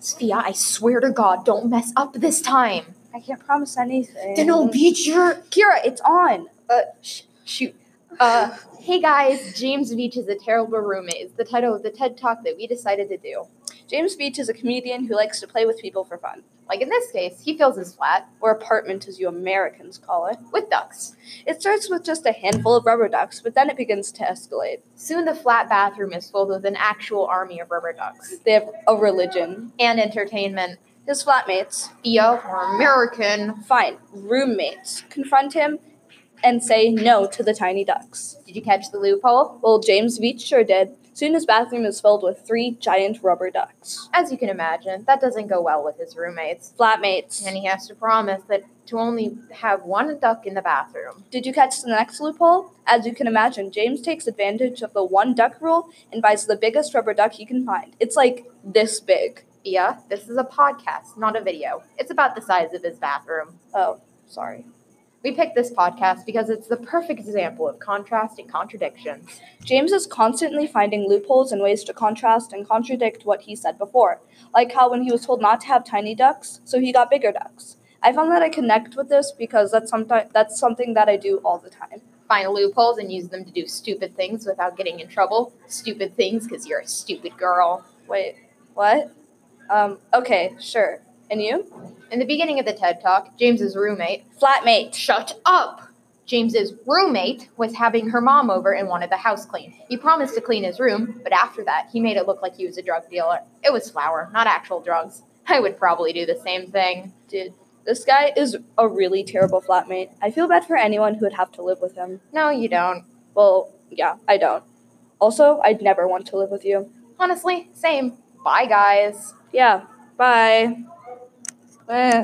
Sophia, I swear to God, don't mess up this time. I can't promise anything. Then I'll beat your. Kira, it's on. Uh, sh- shoot. Uh, hey guys, James Beach is a terrible roommate. Is the title of the TED Talk that we decided to do. James Beach is a comedian who likes to play with people for fun, Like in this case, he fills his flat or apartment as you Americans call it. with ducks. It starts with just a handful of rubber ducks, but then it begins to escalate. Soon the flat bathroom is filled with an actual army of rubber ducks They have a religion. and entertainment. His flatmates, Sophia, we're American. fine, roommates, confront him and say no to the tiny ducks. Did you catch the loophole? Well, James Beach sure did. Soon his bathroom is filled with three giant rubber ducks. As you can imagine, that doesn't go well with his roommates. Flatmates. And he has to promise that to only have one duck in the bathroom. Did you catch the next loophole? As you can imagine, James takes advantage of the one duck rule and buys the biggest rubber duck he can find. It's like this big. Sophia, this is a podcast, not a video. It's about the size of his bathroom. Oh, sorry. We picked this podcast because it's the perfect example of contrast and contradiction. James is constantly finding loopholes and ways to contrast and contradict what he said before, like how when he was told not to have tiny ducks, so he got bigger ducks. I found that I connect with this because that's sometimes that's something that I do all the time. Find loopholes and use them to do stupid things without getting in trouble. Stupid things because you're a stupid girl. Wait, what? Um, okay, sure. And you? In the beginning of the TED Talk, James's roommate, Flatmate. shut up! James's roommate was having her mom over and wanted the house clean. He promised to clean his room, but after that, he made it look like he was a drug dealer. It was flour, not actual drugs. I would probably do the same thing. Dude, this guy is a really terrible flatmate. I feel bad for anyone who would have to live with him. No, you don't. Well, yeah, I don't. Also, I'd never want to live with you. Honestly, same. Bye, guys. Yeah, bye. Eh.